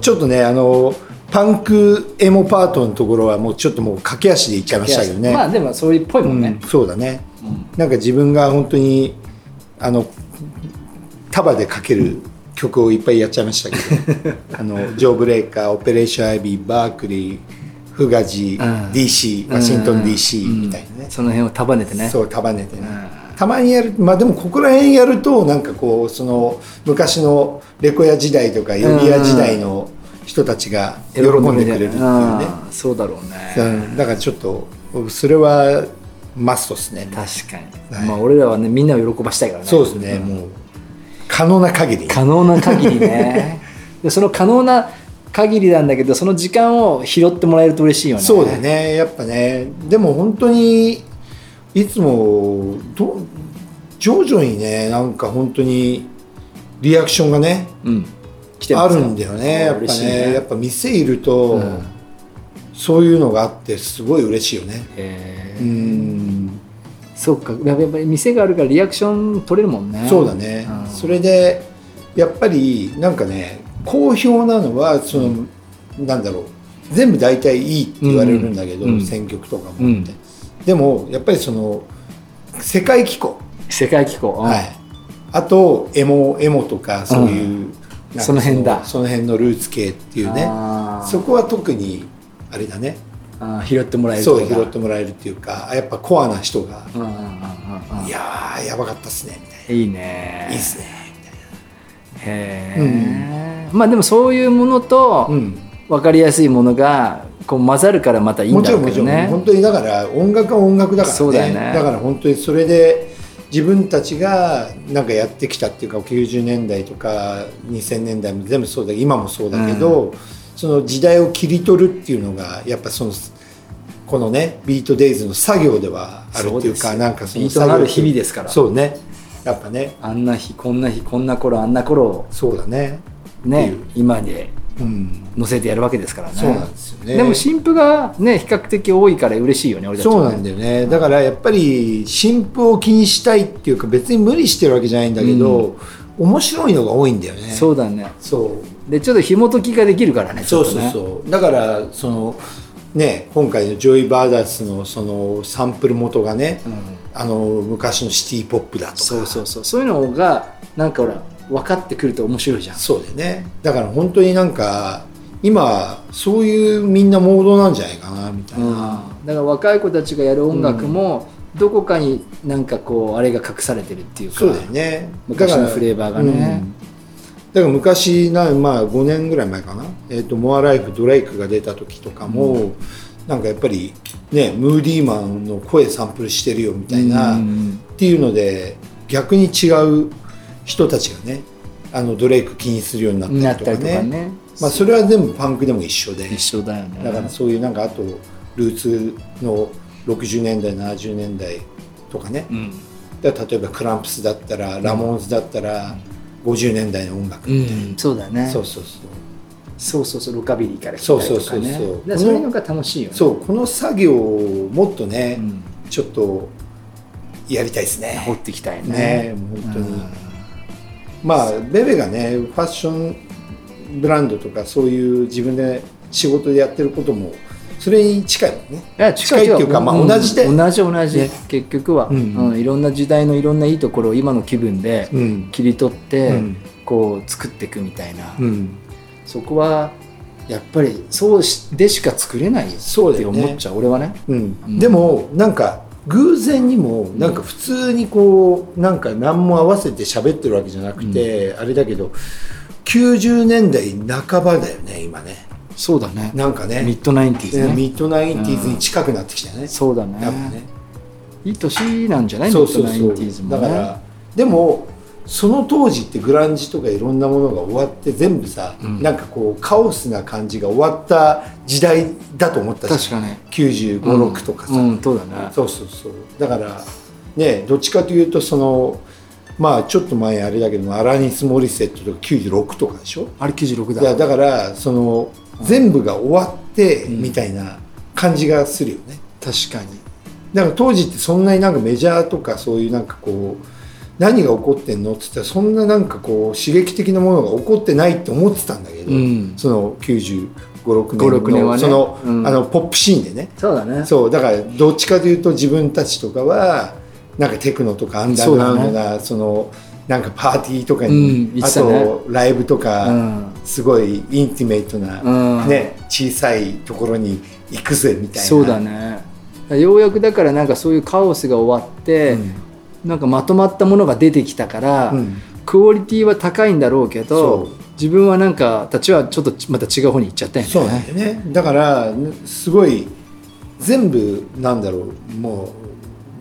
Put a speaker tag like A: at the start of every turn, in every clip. A: ちょっとねあのパンクエモパートのところはもうちょっともう駆け足でいっちゃいましたけどね
B: まあでもそういうっぽいもんね
A: うん、そうだね、なんか自分が本当にあの束でかける曲をいっぱいやっちゃいました けどあのジョー・ブレイカーオペレーション・アイビーバークリーフガジ
B: ん
A: DC ワシントン DC みたいなね、
B: その辺を束ねてね
A: そう束ねてね、たまにやるまあでもここら辺やるとなんかこうその昔のレコヤ時代とか呼び屋時代の人たちが喜んでくれるっていうね、
B: ああそうだろう
A: う
B: ね
A: ん、だからちょっとそれはマストですね
B: 確かに、
A: はい
B: まあ俺らはねみんなを喜ばしたいからね
A: そうですね、もう可能な限り
B: 可能な限 りねでその可能な限りなんだけどその時間を拾ってもらえると嬉しいよね
A: そうだよねやっぱねでも本当にいつもど徐々にねなんか本当にリアクションがね
B: うん来て
A: あ
B: ます
A: るんだよねやっぱ
B: 嬉しい
A: ね
B: ね
A: やっぱ店いると、
B: うん
A: そういうのがあってすごい嬉しいよね
B: へ
A: う
B: え
A: ん
B: そうかやっぱり店があるからリアクション取れるもんね
A: そうだね、
B: うん
A: それでやっぱりなんかね好評なのはその、なんだろう全部大体いいって言われるんだけど、
B: うん
A: 選曲とかもって、
B: うん
A: でもやっぱりその世界紀行、
B: 世界機構、うん
A: はい、あとエモエモとかそういう、なんか
B: その辺だ
A: その辺のルーツ系っていうね
B: あー
A: そこは特にあれだね
B: あー拾ってもらえる
A: そう
B: とか
A: 拾ってもらえるっていうかやっぱコアな人が
B: うんうんうんうんうん
A: 「いやーやばかったっすね」みたい
B: いいね
A: な「いいっすね」みたい
B: へえ、まあでもそういうものと、
A: な。うん
B: 分かりやすいものがこう混ざるからまたいいん
A: も
B: だ
A: ち
B: ろ
A: ろ
B: うんけ
A: もち
B: ど
A: ろん
B: ね
A: 本当にだから音楽は音楽だからね
B: そうだよね
A: から本当にそれで自分たちがなんかやってきたっていうか90年代とか2000年代も全部そうだ今もそうだけど、その時代を切り取るっていうのがやっぱそのこのねビートデイズの作業ではあるっていうか
B: そうですよ
A: なんかその
B: ビートのある日
A: 作
B: 々
A: 業
B: ですから
A: そうねやっぱね
B: あんな日こんな日こんな頃あんな頃を
A: そうだねって
B: ね
A: いう
B: 今で
A: うん
B: 載せてやるわけですからね
A: そうなんですよね
B: でも新婦がね比較的多いから嬉しいよね俺たち
A: そう
B: は
A: な
B: ね
A: んだよねだからやっぱり新婦を気にしたいっていうか別に無理してるわけじゃないんだけど、面白いのが多いんだよね
B: そうだね
A: そう
B: でちょっと紐解きができるからねち
A: そ
B: ょ
A: う
B: っと
A: そう
B: ね
A: そうだからそのね今回のジョイ・バーダースのそのサンプル元がね、あの昔のシティ・ポップだとか
B: そうそうそうそういうのがなんかほら分かってくると面白いじゃん
A: そうだよねだから本当になんか今そういうみんなモードなんじゃないかなみたいな、
B: だから若い子たちがやる音楽も、どこかになんかこうあれが隠されてるっていうか
A: そうだよね
B: 昔
A: だ
B: の
A: から
B: フレーバーがね、
A: うんだから昔な、まあ、5年ぐらい前かな「えー、とモア・ライフ」ドレイクが出た時とかも、なんかやっぱり、ね、ムーディーマンの声サンプルしてるよみたいな、
B: うん
A: っていうので逆に違う人たちがねあのドレイク気にするようにな
B: な
A: っ
B: ったた
A: り
B: り
A: と
B: と
A: か
B: か
A: ね
B: ね
A: まあ、それは全部パンクでも一緒で
B: 一緒だよね
A: だからそういうなんかあとルーツの60年代70年代とかね、
B: うん
A: だから例えばクランプスだったらラモーンズだったら50年代の音楽、
B: うんそうだね
A: そうそうそう
B: そうそうそうロカビリーから来たりとか
A: そうそうそう
B: ね
A: そう
B: だからそういうのが楽しいよね
A: そうこの作業をもっとね、
B: うん
A: ちょっとやりたいです
B: 掘っ
A: ね
B: ていきたい
A: ね
B: ね
A: 本当に、
B: うん
A: まあベベがねファッションブランドとかそういう自分で仕事でやってることもそれに近いもんね
B: いや
A: 近いっていうかまあ同じで
B: 同じ同じ、
A: ね
B: 結局は、
A: う
B: うんんいろんな時代のいろんないいところを今の気分で
A: うん
B: 切り取って、
A: うん
B: こう作っていくみたいな、
A: うん
B: そこはやっぱりそうしでしか作れないよ
A: そう
B: っ
A: だ
B: て
A: よね
B: 思っちゃう、俺はね
A: うん、でもなんか偶然にもなんか普通にこうなんか何も合わせて喋ってるわけじゃなくて、あれだけど90年代半ばだよね今ね
B: そうだね
A: なんかね
B: ミッドナインティーズね
A: ミッドナインティーズに近くなってきたよね、
B: そうだね
A: やっぱね
B: いい年なんじゃない
A: そうそう
B: ミッ
A: そ
B: ドナイ
A: う
B: ンティーズも
A: だ
B: ね
A: からでもその当時ってグランジとかいろんなものが終わって全部さ、
B: ん
A: なんかこうカオスな感じが終わった時代だと思った
B: 確
A: じゃ
B: か
A: ん
B: ね
A: 9 5 6とかさ、
B: うん、うんそうだね
A: そうそうそうだからねどっちかというとそのまあちょっと前あれだけどもアラニス・モリセットとか96とかでしょ
B: あれ96
A: だ
B: だ
A: だからその、全部が終わってみたいな感じがするよね、
B: 確かに
A: だから当時ってそんなになんかメジャーとかそういうなんかこう何が起こってんのって言ったらそんななんかこう刺激的なものが起こってないって思ってたんだけど、
B: うん
A: その9 5 6
B: 5 6
A: 年
B: 年
A: の
B: はね
A: その,、
B: うん
A: あのポップシーンでね
B: そうだね
A: そうだからどっちかというと自分たちとかはなんかテクノとかアンダーグラウンドなそ,、のなんかパーティーとかに、
B: うん言っ
A: あ
B: てたね
A: とライブと
B: う
A: か、
B: ん
A: すごいインティメイトな、
B: うん
A: ね、小さいところに行くぜみたいな
B: そうだねようやくだからなんかそういうカオスが終わって、
A: うん
B: なんかまとまったものが出てきたから、
A: うん
B: クオリティは高いんだろうけど
A: そう
B: 自分はなんかたちはちょっとまた違う方に行っちゃったよね
A: そうなんだよねだからすごい全部なんだろうも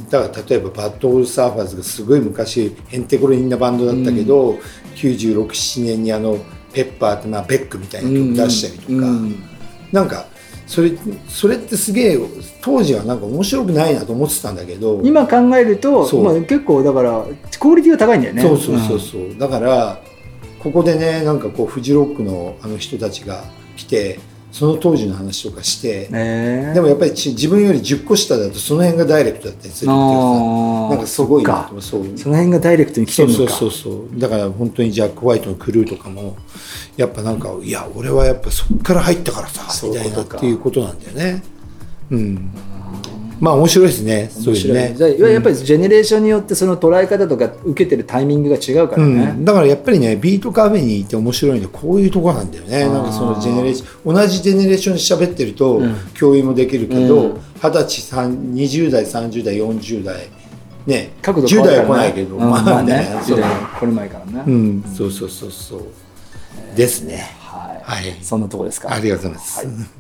A: うだから例えばバッドオールサーファーズがすごい昔ヘンテコリンなバンドだったけど、967年にあのペッパーって、まあ、ベックみたいな曲出したりとか、
B: うん
A: なんかそれそれってすげえ当時はなんか面白くないなと思ってたんだけど
B: 今考えると、
A: そう
B: まあ、結構だからクオリティは高いんだよね
A: そうそうそうそう、だからここでねなんかこうフジロックのあの人たちが来てその当時の話とかして、
B: うんねえ
A: でもやっぱりち自分より10個下だとその辺がダイレクトだったりするっていう
B: あ
A: さ
B: ー
A: なんかすごい
B: そっ
A: な
B: か
A: とそう
B: その辺がダイレクトに来
A: そ
B: てる
A: う
B: のか
A: そうそうそうだから本当にジャック・ホワイトのクルーとかもやっぱなんかいや俺はやっぱそっから入ったからさ
B: そう
A: み
B: いう
A: たい
B: こと
A: なっ
B: か
A: ていうことなんだよねうんまあ面白いですねそうい
B: 面
A: う
B: 白いね
A: ね
B: じゃあいわゆるやっぱりジェネレーションによってその捉え方とか受けてるタイミングが違うからね、
A: うん、だからやっぱりねビートカフェにいて面白いのはこういうとこなんだよね
B: あー
A: なんかそのジェネレーション同じジェネレーションで喋ってると
B: うん
A: 共有もできるけ
B: う
A: ど
B: ん
A: 二十、歳さん20代30代40代ね
B: 角度変
A: 10
B: わる
A: 代
B: か
A: は来
B: ら
A: ない
B: ね
A: けど、
B: うんまあね
A: そう
B: 10代は来る前からね、
A: うん、そうそうそうそうですね
B: はい
A: はい
B: そんなとこですか
A: ありがとうございます、
B: はい